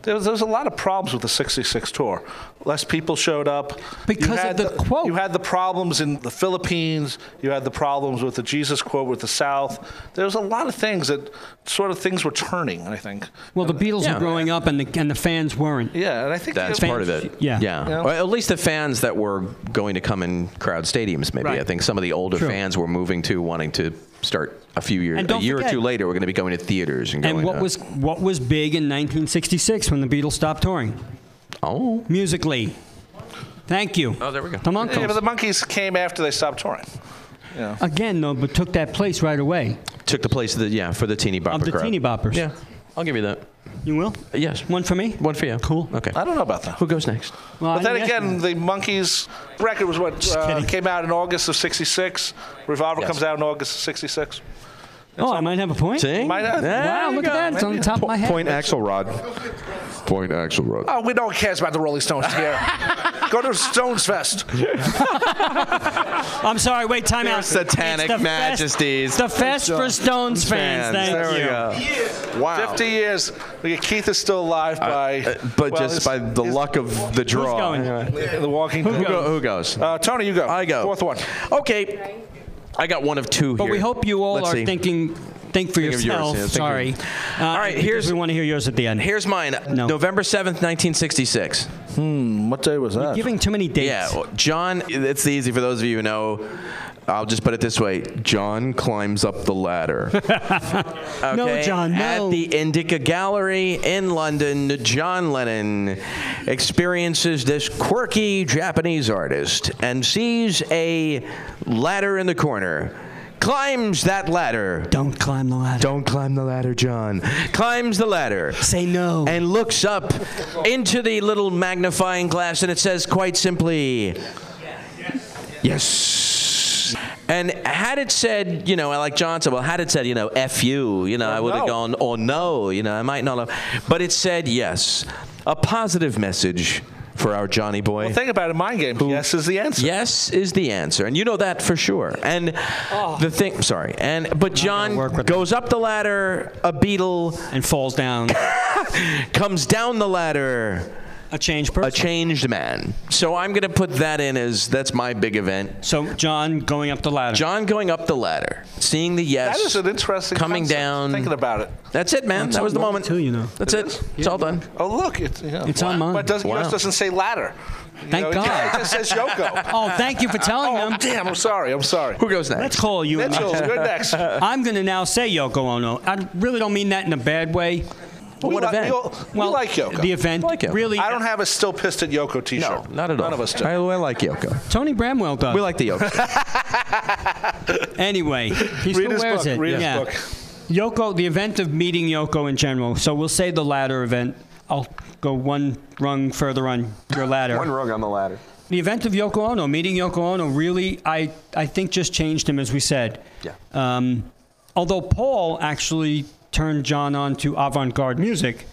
S3: There was, there was a lot of problems with the 66 tour. Less people showed up. You
S6: Because of
S3: had
S6: the quote.
S3: You had the problems in the Philippines. You had the problems with the Jesus quote with the South. There was a lot of things that sort of things were turning, I think.
S6: Well, the Beatles
S9: Yeah.
S6: were growing up, and the and the fans weren't.
S3: Yeah, and I think
S9: That's
S3: the-
S9: part of it.
S6: Yeah.
S9: Yeah.
S3: Yeah.
S9: Or at least the fans that were going to come and crowd stadiums, maybe.
S6: Right.
S9: I think some of the older
S6: True.
S9: fans were moving to wanting to start a few years,
S6: And
S9: a
S6: don't
S9: year or
S6: forget-
S9: two later, we're going to be going to theaters and going
S6: And what
S9: to,
S6: was what was big in 1966 when the Beatles stopped touring
S9: Oh.
S6: musically? Thank you.
S9: Oh, there we go.
S6: The Monkees
S3: Yeah, but the monkeys came after they stopped touring.
S6: again, though, but took that place right away
S9: Took the place of the, yeah, for the teeny bopper
S6: of the
S9: crowd.
S6: Teeny Boppers.
S9: Yeah. I'll give you that.
S6: You will?
S9: Yes.
S6: One for me.
S9: One for you.
S6: Cool.
S9: Okay.
S3: I don't know about that.
S9: Who goes next?
S6: Well,
S3: But
S6: I
S3: then
S6: didn't ask
S3: again,
S6: you.
S3: the monkeys record was what uh,
S6: kidding.
S3: came out in August of '66. Revolver
S9: Yes.
S3: comes out in August of '66.
S6: oh, I might have a point.
S9: See?
S3: Might I-
S9: There
S6: Wow,
S9: you
S6: look at
S9: go.
S6: that. It's on the top of my head.
S11: Point Axelrod. Point Axelrod.
S3: Oh, we don't care about the Rolling Stones here. Go to Stones Fest.
S6: I'm sorry. Wait, time
S9: Your
S6: out.
S9: satanic
S6: It's the
S9: majesties.
S6: Fest, the Fest for Stones fans. Thank
S9: there
S6: you.
S9: we go. Wow.
S3: 50 years. Look, Keith is still alive by.
S9: Uh, but
S3: well,
S9: just
S3: it's-
S9: by the
S3: it's-
S9: luck of the draw.
S6: going?
S3: The Walking
S9: Who, go- who goes?
S3: Uh, Tony, you go.
S9: I go.
S3: Fourth one.
S9: Okay. I got one of two
S6: But
S9: here.
S6: we hope you all
S9: Let's
S6: are
S9: see.
S6: thinking. Think for
S9: Think of yours,
S6: yourself.
S9: yeah, think of-
S6: Sorry. Uh,
S9: All right,
S6: because
S9: here's-
S6: we want to hear yours at the end.
S9: Here's mine.
S6: No.
S9: November 7th, 1966.
S3: What day was that?
S6: Giving too many dates.
S9: Yeah, well, John, it's easy for those of you who know. I'll just put it this way John climbs up the ladder.
S6: No,
S9: okay?
S6: John, no.
S9: At the Indica Gallery in London, John Lennon experiences this quirky Japanese artist and sees a ladder in the corner, climbs that ladder.
S6: Don't climb the ladder.
S9: Don't climb the ladder, John. Climbs the ladder
S6: Say no.
S9: and looks up into the little magnifying glass and it says quite simply yes and had it said you know like john said well had it said you know f you you know
S6: Oh,
S9: i would have
S3: no.
S9: gone "Oh, or no you know i might not have but it said yes a positive message for our Johnny Boy.
S3: Well, think about it. Mind game. yes is the answer.
S9: Yes is the answer, and you know that for sure. And the thing, sorry, and but John goes up the ladder, a beetle,
S6: and falls down.
S9: comes down the ladder.
S6: A changed person.
S9: A changed man. So I'm going to put that in as that's my big event.
S6: So John going up the ladder.
S9: John going up the ladder, seeing the yes.
S3: That is an interesting
S9: coming
S3: concept,
S9: down.
S3: Thinking about it.
S9: That's it, man.
S6: It's
S9: that was the
S6: on
S9: moment.
S6: Too, you know.
S9: That's it. It's all done.
S3: Oh look, it's yeah.
S6: It's on mine.
S3: But it doesn't,
S9: Wow.
S3: yours doesn't say ladder. You
S6: Thank
S3: know, It
S6: God.
S3: just says Yoko.
S6: Oh, thank you for telling
S3: oh
S6: him.
S3: damn! I'm sorry. I'm sorry.
S9: Who goes next?
S6: Let's call you. and me.
S3: Mitchell, you're next.
S6: I'm going to now say Yoko Ono. I really don't mean that in a bad way.
S3: we
S9: what
S3: li-
S9: event?
S3: We, all- we like Yoko.
S6: The event.
S9: Like Yoko.
S6: really.
S3: I don't have a still pissed at Yoko
S9: No,
S3: T-shirt.
S9: not at all.
S3: None of us do.
S9: I, I like Yoko.
S6: Tony Bramwell does.
S9: We like the Yoko.
S6: Anyway, he still
S3: his
S6: wears
S3: book,
S6: it.
S3: read his
S6: yeah.
S3: book.
S6: Yoko, the event of meeting Yoko in general. So we'll say the ladder event. I'll go one rung further on your ladder.
S12: One rung on the ladder.
S6: The event of Yoko Ono, meeting Yoko Ono, really, I, I think just changed him, as we said.
S9: Yeah.
S6: Um, although Paul actually turned John on to avant garde music.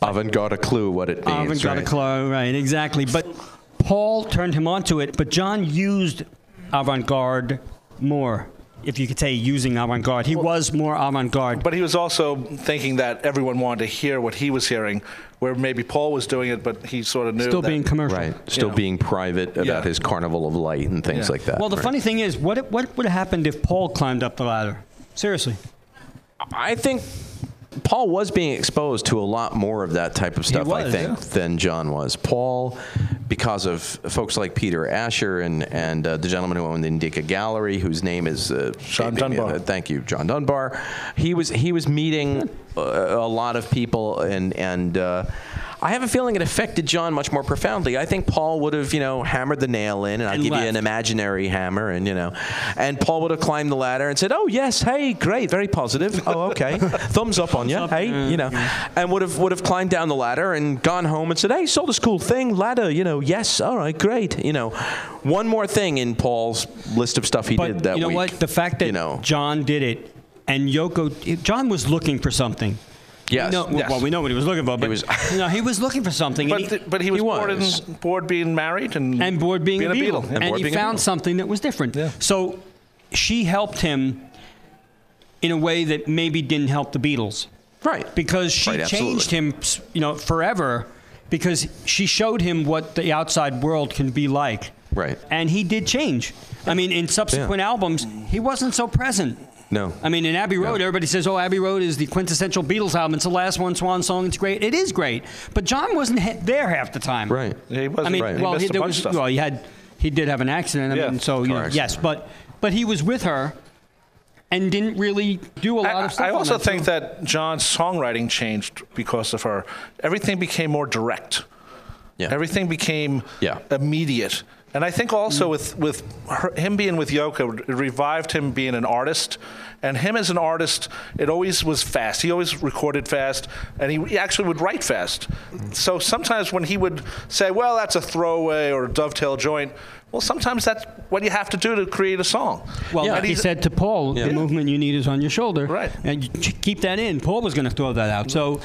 S9: Haven't got a clue what it means.
S6: Avant garde
S9: right?
S6: club, right, exactly. But Paul turned him on to it, but John used avant garde more, if you could say using avant garde. He was more avant garde.
S3: But he was also thinking that everyone wanted to hear what he was hearing, where maybe Paul was doing it, but he sort of knew.
S6: still
S3: that-
S6: being commercial.
S9: Right. Still
S3: know.
S9: being private about
S3: Yeah.
S9: his carnival of light and things
S3: Yeah.
S9: like that.
S6: Well, the
S9: right?
S6: funny thing is, what what would have happened if Paul climbed up the ladder? Seriously,
S9: I think Paul was being exposed to a lot more of that type of stuff, I
S6: was,
S9: think,
S6: yeah.
S9: than John was. Paul, because of folks like Peter Asher and, and uh, the gentleman who owned the Indica Gallery, whose name is uh,
S3: John
S9: escaping me.
S3: Dunbar.
S9: Uh, thank you, John Dunbar. He was he was meeting uh, a lot of people, and and uh, I have a feeling it affected John much more profoundly. I think Paul would have you know hammered the nail in, and I'll
S6: And
S9: give you
S6: left.
S9: an imaginary hammer, and you know, and Paul would have climbed the ladder and said, "Oh yes, hey, great, very positive. Oh okay, thumbs up on you, hey, you know,"
S6: Mm-hmm.
S9: and would have would have climbed down the ladder and gone home and said, "Hey, saw this cool thing, ladder, you know, yes, all right, great, you know." One more thing in Paul's list of stuff he
S6: but
S9: did that
S6: you know
S9: week.
S6: what? The fact that
S9: you know,
S6: John did it and Yoko, John was looking for something. We
S9: Yes,
S6: know-
S9: yes.
S6: Well, we know what he was looking for, but
S9: was-
S6: you know, he was looking for something,
S3: But,
S6: and, he,
S3: th- but he was, bored,
S9: was.
S3: in, bored being married and
S6: and bored being, a beetle, and,
S9: bored
S6: he
S9: being a
S6: found
S9: beetle.
S6: something that was different.
S3: Yeah.
S6: So she helped him in a way that maybe didn't help the Beatles.
S9: right?
S6: because she
S9: Right, absolutely.
S6: changed him, you know, forever because she showed him what the outside world can be like.
S9: Right.
S6: And he did change. I mean, in subsequent
S9: Yeah.
S6: albums, he wasn't so present.
S9: No.
S6: I mean, in Abbey Road, everybody says, "Oh, Abbey Road is the quintessential Beatles album. It's the last one Swan song. It's great. It is great." But John wasn't he- there half the time.
S9: Right.
S3: Yeah, he wasn't.
S6: I mean,
S3: Right. He
S6: well,
S3: missed a
S6: there
S3: bunch
S6: was,
S3: of stuff.
S6: well, he had, he did have an accident. I
S3: Yeah.
S6: mean, so you know,
S9: Correct.
S6: yes, but, but he was with her, and didn't really do a lot
S3: I,
S6: of stuff.
S3: I
S6: on
S3: also
S6: that
S3: think
S6: tour.
S3: that John's songwriting changed because of her. Everything became more direct.
S9: Yeah.
S3: Everything became
S9: Yeah.
S3: immediate. And I think also with, with her, him being with Yoko, it revived him being an artist. And him as an artist, it always was fast. He always recorded fast, and he, he actually would write fast. So sometimes when he would say, well, that's a throwaway or a dovetail joint, well, sometimes that's what you have to do to create a song.
S6: Well,
S9: Yeah.
S6: like he
S3: he's-
S6: said to Paul, the movement you need is on your shoulder.
S3: Right.
S6: And you ch- keep that in. Paul was going to throw that out. So,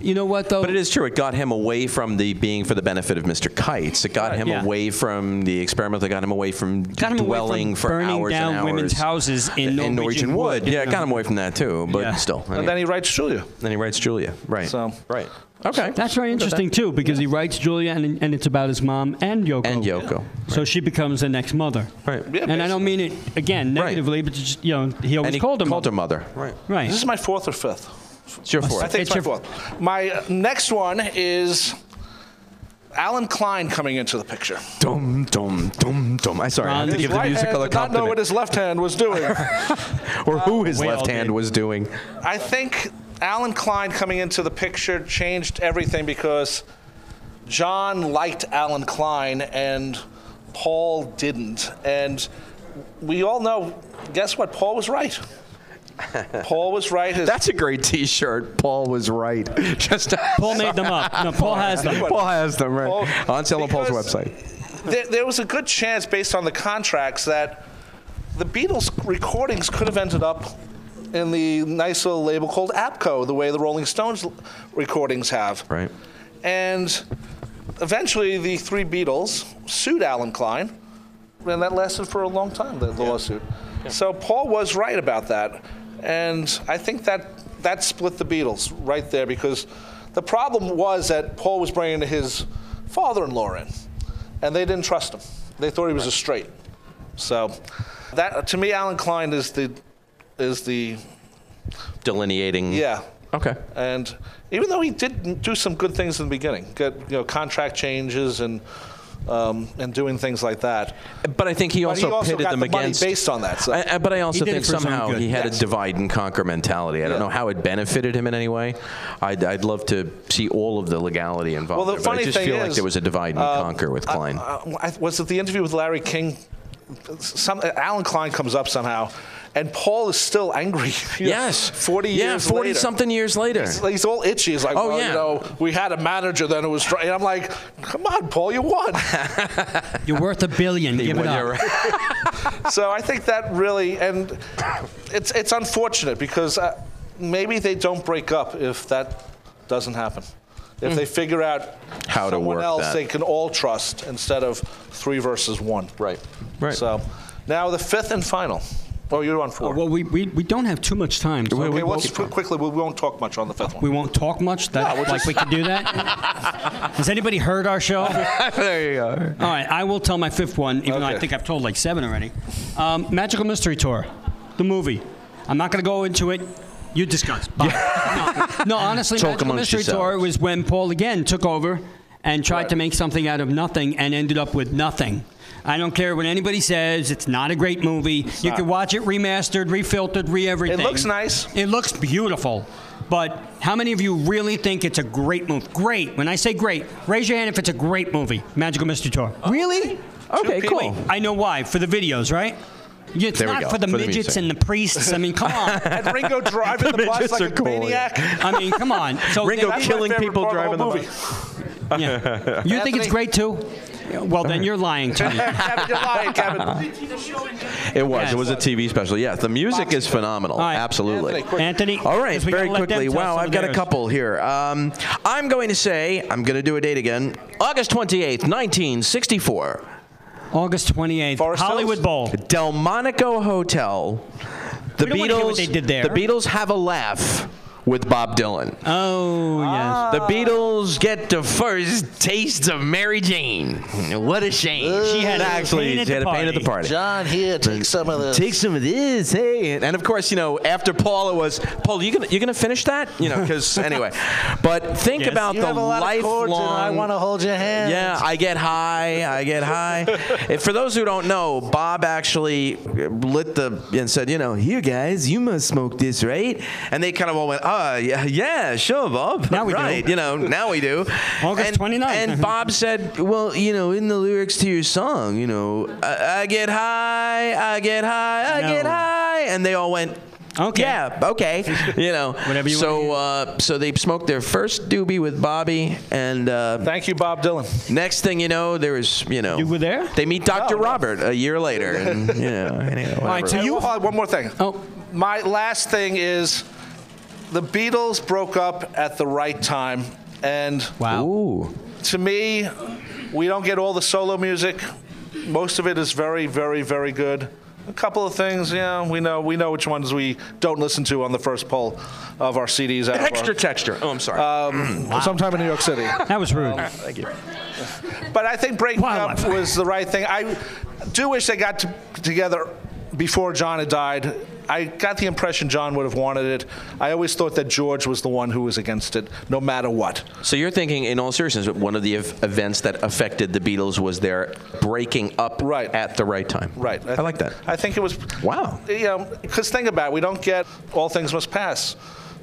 S6: you know what, though?
S9: But it is true. It got him away from the being for the benefit of Mr. Kites. It got him
S6: yeah.
S9: away from the experimental. It got him away from
S6: Got him away
S9: dwelling
S6: from
S9: for
S6: burning
S9: hours
S6: down
S9: and hours.
S6: women's houses in Norwegian
S9: wood.
S6: wood.
S9: Yeah, it got him away from that too. But
S6: Yeah.
S9: still, I mean,
S3: And then he writes Julia.
S9: then he writes Julia. Right.
S3: So-
S9: right. Okay.
S6: That's very interesting, too, because he writes Julia, and, and it's about his mom and Yoko.
S9: And Yoko.
S6: So she becomes the next mother.
S9: Right.
S3: Yeah,
S6: and I don't mean it, again,
S9: Right.
S6: negatively, but just, you know, he always
S9: And he
S6: called her
S9: called her
S6: mother.
S9: mother. Right.
S6: Right.
S3: This is my fourth or fifth.
S9: It's your fourth.
S3: I think it's,
S6: It's
S3: my fourth. My uh, next one is Alan Klein coming into the picture.
S9: Dum dum dum dum. I sorry. I have to
S6: Ron,
S9: give the
S3: right
S9: music
S3: hand
S9: a
S3: did not know what
S9: compliment.
S3: his left hand was doing.
S9: Or who his
S6: We all
S9: left hand
S6: did.
S9: was doing.
S3: I think Alan Klein coming into the picture changed everything because John liked Alan Klein and Paul didn't. And we all know, guess what? Paul was right. Paul was right. His,
S9: That's a great T-shirt. Paul was right. Just
S6: Paul made them up. No, Paul has them.
S9: Paul has them right
S3: Paul-
S9: on sale on Paul's
S3: because-
S9: website.
S3: there, there was a good chance, based on the contracts, that the Beatles recordings could have ended up in the nice little label called APCO, the way the Rolling Stones l- recordings have.
S9: Right.
S3: And eventually, the three Beatles sued Alan Klein, and that lasted for a long time. The the lawsuit. So Paul was right about that, and I think that that split the Beatles right there because the problem was that Paul was bringing his father-in-law in, and they didn't trust him. They thought he was a straight. So that to me, Alan Klein is the is the
S9: Delineating.
S3: yeah.
S9: Okay.
S3: And even though he did do some good things in the beginning, get you know contract changes and um, and doing things like that.
S9: But I think he also pitted
S3: got
S9: them
S3: the
S9: against-
S3: money based on that. So.
S9: I, I- but I also
S3: did
S9: think
S3: it for his own
S9: somehow
S3: good.
S9: he had
S3: Yes.
S9: a divide and conquer mentality. I don't know how it benefited him in any way. I'd, I'd love to see all of the legality involved.
S3: Well, the
S9: there,
S3: funny
S9: but I just
S3: thing
S9: feel
S3: is,
S9: like there was a divide and
S3: uh,
S9: conquer with
S3: I-
S9: Klein.
S3: I- I- was it the interview with Larry King? Some Alan Klein comes up somehow, and Paul is still angry. you know,
S9: Yes.
S3: forty
S9: Yeah,
S3: years
S9: 40
S3: later.
S9: something years later.
S3: He's, he's all itchy. He's like,
S9: Oh,
S3: well,
S9: yeah.
S3: you know, we had a manager then who was. Dry. And I'm like, come on, Paul, you won.
S6: You're worth a billion. Give it
S3: won,
S6: up.
S3: you're so I think that really, and it's it's unfortunate because uh, maybe they don't break up if that doesn't happen. If they figure out
S9: How to
S3: someone
S9: work
S3: else
S9: that.
S3: they can all trust instead of three versus one. Right.
S9: Right.
S3: So now the fifth and final. Oh, you're on four.
S6: Uh, Well, we, we, we don't have too much time. So
S3: okay,
S6: we,
S3: let's
S6: won't,
S3: quick- quickly. We won't talk much on the fifth one.
S6: we won't talk much. That,
S3: No, we'll
S6: like
S3: just-
S6: we can do that. Has anybody heard our show?
S9: there you go. All
S6: right, I will tell my fifth one, even though I
S3: Okay.
S6: think I've told like seven already. Um, Magical Mystery Tour, the movie. I'm not going to go into it. You discuss. Bye. no, honestly,
S9: Talk
S6: Magical
S9: amongst
S6: Mystery
S9: yourselves.
S6: Tour was when Paul again took over and tried to make something out of nothing and ended up with nothing. I don't care what anybody says. It's not a great movie. you can watch it remastered, refiltered, re-everything.
S3: It looks nice.
S6: It looks beautiful. But how many of you really think it's a great movie? Great. When I say great, raise your hand if it's a great movie. Magical Mystery Tour. really?
S9: Okay,
S3: E.
S9: cool.
S6: I know why. For the videos, right? It's
S9: There we
S6: not
S9: go,
S6: for the
S9: for the
S6: midgets
S9: music.
S6: and the priests. I mean, come on.
S3: And Ringo driving the bus like a maniac.
S6: I mean, come on. So
S9: Ringo
S6: that's my
S9: killing
S6: favorite
S9: people
S6: part of
S9: driving the
S6: whole movie. Yeah. You think it's
S3: Anthony?
S6: great too? Yeah, Well, then you're lying to me.
S3: Kevin, you're lying, Kevin.
S9: It was.
S6: Yes.
S9: It was a TV special. Yes, the music is phenomenal.
S6: All right.
S9: Absolutely.
S6: Anthony, quick. Anthony,
S9: All right,
S6: 'cause we
S9: very
S6: gotta let them
S9: quickly.
S6: tell
S9: Wow,
S6: some
S9: I've
S6: of
S9: got a
S6: theirs.
S9: couple here. Um, I'm going to say, I'm going to do a date again. August 28th, 1964.
S6: August 28th,
S3: Forest
S6: Hollywood
S3: Hills?
S6: Bowl.
S9: Delmonico Hotel. The
S6: We don't wanna
S9: Beatles.
S6: hear what they did there.
S9: The Beatles have a laugh with Bob Dylan.
S6: Oh, yes.
S9: The Beatles get the first taste of Mary Jane. What a shame.
S6: She had a
S9: actually
S6: pain at
S9: she
S6: the
S9: had a pain at the
S6: party.
S9: party.
S3: John, here, take some of this.
S9: Take some of this, hey. And of course, you know, after Paul, it was Paul. You gonna you gonna finish that? You know, because anyway. But think
S6: Yes.
S9: about
S3: You
S9: the
S3: have a lot of
S9: lifelong.
S3: chords and I wanna hold your hand.
S9: Yeah, I get high. I get high. and for those who don't know, Bob actually lit the and said, you know, you guys, you must smoke this, right? And they kind of all went, ah, yeah, yeah, sure, Bob.
S6: Now we do.
S9: right. You know, now we do.
S6: August
S9: and,
S6: 29th.
S9: And Bob said, well, you know, in the lyrics to your song, you know, I, I get high, I get high, I get
S6: No.
S9: high, and they all went.
S6: Okay.
S9: Yeah. Okay. You know.
S6: Whatever you
S9: so, uh, so they smoked their first doobie with Bobby, and uh,
S3: Thank you, Bob Dylan.
S9: Next thing you know, there was you know
S6: You were there?
S9: They meet Dr. Robert a year later, and you know. anyway,
S6: right, so
S9: whatever.
S3: You
S6: You-
S3: one more thing.
S6: Oh.
S3: My last thing is the Beatles broke up at the right time, and
S6: Wow.
S9: Ooh.
S3: to me, we don't get all the solo music. Most of it is very, very, very good. A couple of things, yeah, we know we know which ones we don't listen to on the first poll of our CDs. out of our-
S9: Extra texture. Oh, I'm sorry.
S3: um, sometime in New York City.
S6: That was rude.
S9: Thank you.
S3: But I think breaking
S6: Wildlife.
S3: up was the right thing. I do wish they got to, together before John had died. I got the impression John would have wanted it. I always thought that George was the one who was against it, no matter what.
S9: So you're thinking, in all seriousness, that one of the ev- events that affected the Beatles was their breaking up
S3: Right.
S9: at the right time.
S3: Right.
S9: I, like that.
S3: I think it was.
S9: Wow.
S3: You because think about it, we don't get all things must pass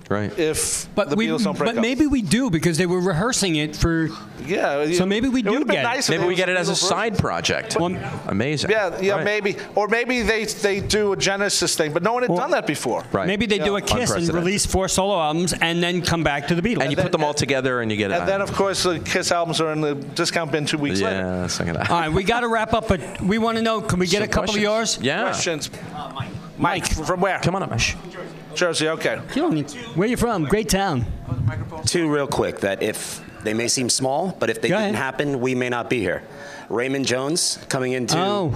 S9: Right.
S3: if
S6: But
S3: the
S6: we,
S3: Beatles don't break
S6: but
S3: up.
S6: maybe we do because they were rehearsing it for.
S3: Yeah.
S6: So maybe we
S3: it
S6: do
S3: would've been
S6: get it.
S3: nice if
S9: Maybe
S3: there
S9: we
S3: was
S9: get it as a
S3: Beatles version.
S9: side project.
S6: Well,
S9: Amazing.
S3: Yeah, yeah,
S9: Right.
S3: maybe, or maybe they they do a Genesis thing, but no one had done that before.
S9: Right.
S6: Maybe they do a kiss and
S9: Unprecedented.
S6: release four solo albums and then come back to the Beatles.
S9: And you put them all together, and you get.
S3: And then, of course, the Kiss albums are in the discount bin two weeks later.
S9: yeah, that's not gonna.
S6: all right, we got to wrap up, but we want to know can we get
S9: Some
S6: a couple
S9: questions.
S6: of yours?
S9: Yeah.
S3: Questions. Uh, Mike. From where?
S9: Come on up, Ash.
S3: Jersey, okay.
S6: You don't need, where you from? Great town.
S13: Two real quick that if
S14: They may seem small, but if they didn't happen, we may not be here. Raymond Jones coming into
S6: Oh.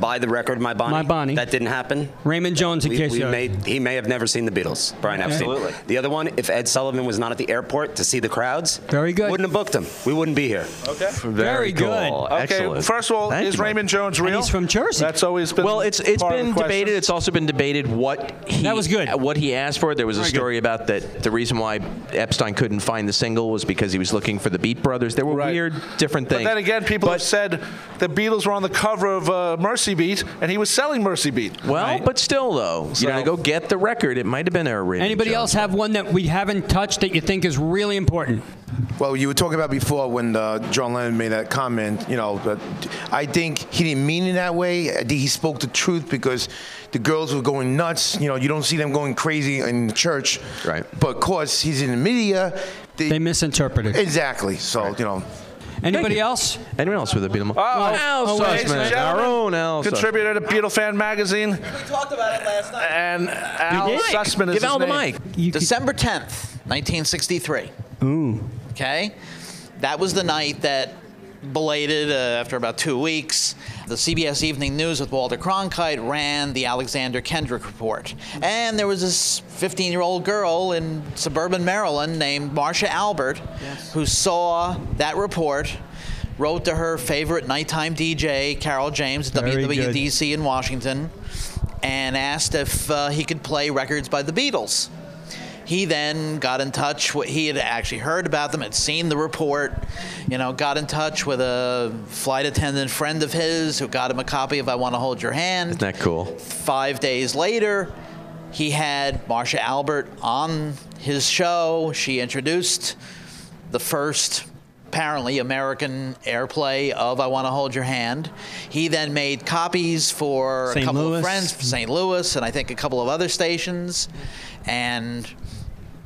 S14: by the record, my Bonnie.
S6: My Bonnie.
S14: That didn't happen.
S6: Raymond Jones, in
S14: We-
S6: case
S14: we
S6: you
S14: may, he may have never seen the Beatles, Brian
S6: Okay.
S14: Epstein.
S6: Absolutely.
S14: The other one, if Ed Sullivan was not at the airport to see the crowds, very good. Wouldn't have booked him. We wouldn't be here.
S3: Okay.
S14: Very cool. good.
S3: Okay.
S14: Excellent.
S3: First of all,
S14: Thank
S3: is
S14: you, Mike.
S3: Raymond Jones real? he's from Jersey. That's always been.
S2: Well, it's it's
S3: part of
S2: been
S3: the question.
S2: debated. It's also been debated what he that was good. What he asked for. There was a
S3: Very good.
S2: story about that. The reason why Epstein couldn't find the single was because he was looking for the Beat Brothers. There were weird, different
S3: But
S2: things.
S3: then again, people have said the Beatles were on the cover of uh, Mercy Beat, and he was selling Mercy Beat.
S2: well, but still though, you know, to go get the record. It might have been a Raymond
S6: Anybody
S2: Jones.
S6: else have one that we haven't touched that you think is really important?
S15: Well, you were talking about before when uh, John Lennon made that comment. You know, but I think he didn't mean it that way. I think he spoke the truth because the girls were going nuts. You know, you don't see them going crazy in the church. Right. But of course, he's in the media. They,
S6: misinterpreted.
S15: Exactly. So you know.
S6: Anybody else?
S2: Anyone else with a Beatle?
S3: Oh,
S2: Al
S3: ladies and
S2: Sussman,
S3: gentlemen,
S2: our own Al
S3: Contributor to Beatle Fan Magazine. We
S9: talked about it last night.
S3: And Al Sussman is his name.
S9: December 10th, 1963.
S6: Ooh.
S9: Okay? That was the night that belated, uh, after about two weeks, the CBS Evening News with Walter Cronkite ran the Alexander Kendrick report. And there was this 15 year old girl in suburban Maryland named Marcia Albert who saw that report. Wrote to her favorite nighttime DJ, Carol James, at
S6: Very good.
S9: WWDC in Washington, and asked if uh, he could play records by the Beatles. He then got in touch. With, he had actually heard about them, had seen the report, you know, got in touch with a flight attendant friend of his who got him a copy of "I Want to Hold Your Hand."
S2: Isn't that cool?
S9: Five days later, he had Marsha Albert on his show. She introduced the first, apparently, American airplay of I Want to Hold Your Hand. He then made copies for
S6: St.
S9: a couple
S6: Louis.
S9: of friends from St. Louis and I think a couple of other stations. And.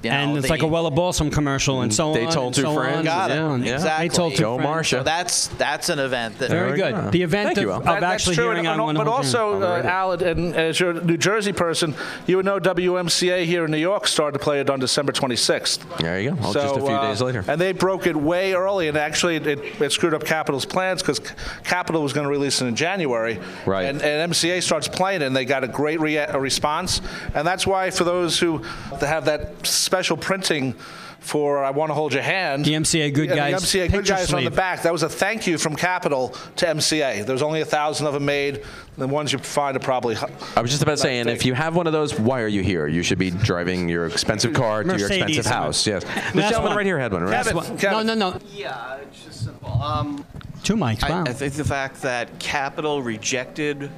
S9: You know,
S6: and it's
S9: the-
S6: like a Wella Balsam commercial and so
S2: They
S6: on.
S2: told
S6: and
S2: two
S6: so
S2: friends
S6: On.
S2: and Got it.
S6: and on.
S2: Yeah.
S9: Exactly.
S6: They told two friends.
S9: So that's that's an event that
S6: Very good. The event
S9: Thank
S6: of,
S9: you, Al.
S6: of
S9: That- that's
S6: actually
S9: true,
S6: hearing on
S9: and- and-
S6: one
S9: but
S6: Hundred
S3: Also,
S6: Jam.
S3: uh, Al, and as you're a New Jersey person, you would know WMCA here in New York started to play it on December 26th.
S2: There you go. Well, just a few
S3: uh,
S2: days later.
S3: And they broke it way early, and actually, it, it screwed up Capitol's plans because Capitol was going to release it in January. Right. And, and MCA starts playing it, and they got a great rea- a response. And that's why, for those who have that special printing for I Want to Hold Your Hand, the
S6: MCA Good Guys
S3: The MCA Good
S6: picture
S3: Guys on the
S6: sleeve.
S3: back, that was a thank you from Capitol to MCA. There's only a thousand of them made. The ones you find are probably.
S2: I was just about saying, if you have one of those, why are you here? You should be driving your expensive car to your
S6: Mercedes.
S2: expensive house. Yes. This
S6: Last
S2: gentleman
S6: one.
S2: right here had one, right?
S6: Last one. No, no, no.
S16: Yeah, it's just simple. Um,
S6: Two mics.
S16: I,
S6: Wow.
S16: I think the fact that Capitol rejected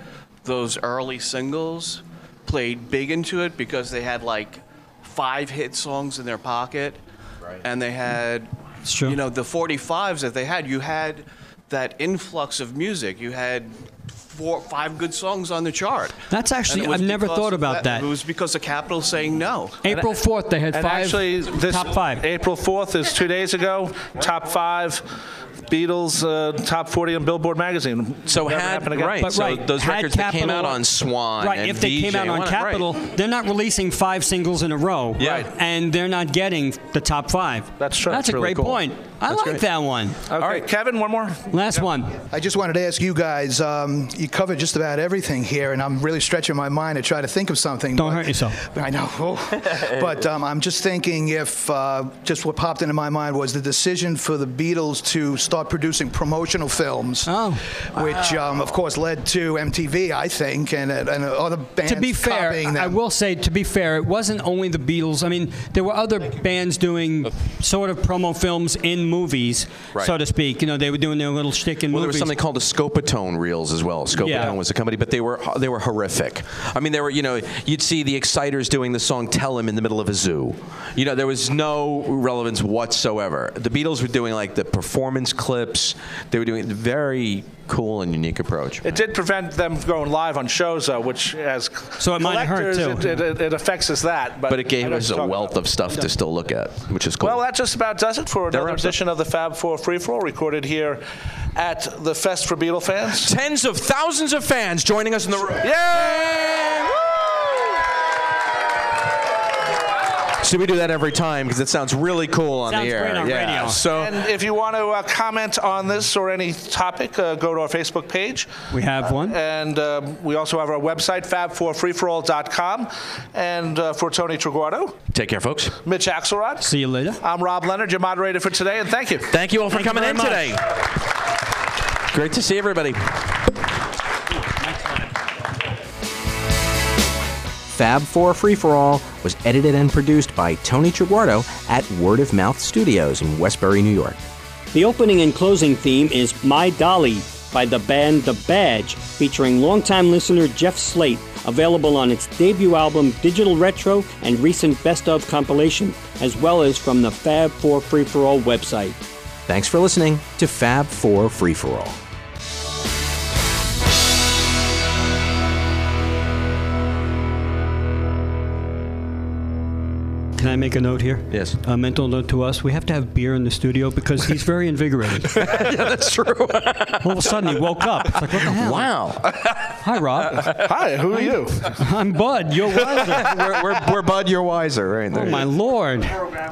S16: those early singles played big into it because they had like five hit songs in their pocket, and they had,
S6: true.
S16: you know, the 45s that they had. You had that influx of music. You had four, five good songs on the chart.
S6: That's
S16: And
S6: actually-
S16: it was
S6: I've never
S16: because
S6: thought
S16: of
S6: about that.
S16: It was because of Capitol saying no.
S6: April 4th, they had
S3: And
S6: five
S3: actually, this
S6: top five.
S3: April 4th is two days ago. Top five Beatles, uh, top 40 on Billboard magazine.
S2: So
S3: Never
S2: had
S3: happened again.
S2: right, so those
S6: had
S2: records that came
S6: Capitol-
S2: out on Swan,
S6: Right,
S2: and
S6: if they came
S2: DJ,
S6: out on
S2: right.
S6: Capitol, they're not releasing five singles in a row.
S2: Yeah. Right.
S6: And they're not getting the top five. That's
S3: true.
S6: That's,
S3: That's
S6: a
S3: really
S6: great
S3: cool.
S6: point. I
S3: That's
S6: like
S3: great.
S6: that one.
S3: All right, Kevin, one more.
S6: Last one.
S17: I just wanted to ask you guys. Um, you covered just about everything here, and I'm really stretching my mind to try to think of something. Don't hurt
S6: yourself.
S17: I know. Oh. but um, I'm just thinking if uh, just what popped into my mind was the decision for the Beatles to start producing promotional films, oh. which um, of course led to MTV, I think, and and other bands
S6: to be fair,
S17: copying
S6: I will say to be fair, it wasn't only the Beatles. I mean, there were other bands doing sort of promo films in movies,
S2: Right.
S6: so to speak. You know, they were doing their little shtick in
S2: Well, there was
S6: movies.
S2: something called the Scopatone reels as well. Scopatone
S6: Yeah.
S2: was a company, but they were they were horrific. I mean, they were you know you'd see the Exciters doing the song "Tell Him" in the middle of a zoo. You know, there was no relevance whatsoever. The Beatles were doing like the performance clips. They were doing a very cool and unique approach.
S3: It did prevent them from going live on shows, though, which as
S6: So it might hurt,
S3: collectors,
S6: too.
S3: It, it, it affects us that, but,
S2: But it
S3: I
S2: gave
S3: know
S2: us
S3: what
S2: a
S3: you're talking
S2: wealth of stuff to still look at, which is cool.
S3: Well, that just about does it for another
S2: wraps up.
S3: edition of the Fab Four Free For All, recorded here at the Fest for Beatle fans.
S2: Tens of thousands of fans joining us in the room.
S3: Yay!
S2: So See, we do that every time because it sounds really cool on the air. yeah. So
S3: and if you want to uh, comment on this or any topic, uh, go to our Facebook page.
S6: We have one.
S3: and um, we also have our website, fab4freeforall.com. And uh, for Tony Triguardo,
S2: take care, folks.
S3: Mitch Axelrod.
S6: See you later.
S3: I'm Rob Leonard, your moderator for today, and thank you.
S2: Thank you all for coming in today. Great to see everybody.
S9: Fab 4 Free for All was edited and produced by Tony Triguardo at Word of Mouth Studios in Westbury, New York.
S18: The opening and closing theme is My Dolly by the band The Badge, featuring longtime listener Jeff Slate, available on its debut album Digital Retro and recent Best of compilation, as well as from the Fab 4 Free for All website.
S9: Thanks for listening to Fab 4 Free for All.
S6: Can I make a note here?
S2: Yes.
S6: A mental note to us: we have to have beer in the studio because he's very invigorated.
S2: yeah, that's true.
S6: All of a sudden, he woke up. It's like, what the hell?
S2: Wow.
S6: Hi, Rob.
S3: Hi. Who are you?
S6: I'm Bud. You're wiser.
S2: we're, we're, we're Bud. You're wiser, right?
S6: Oh my lord.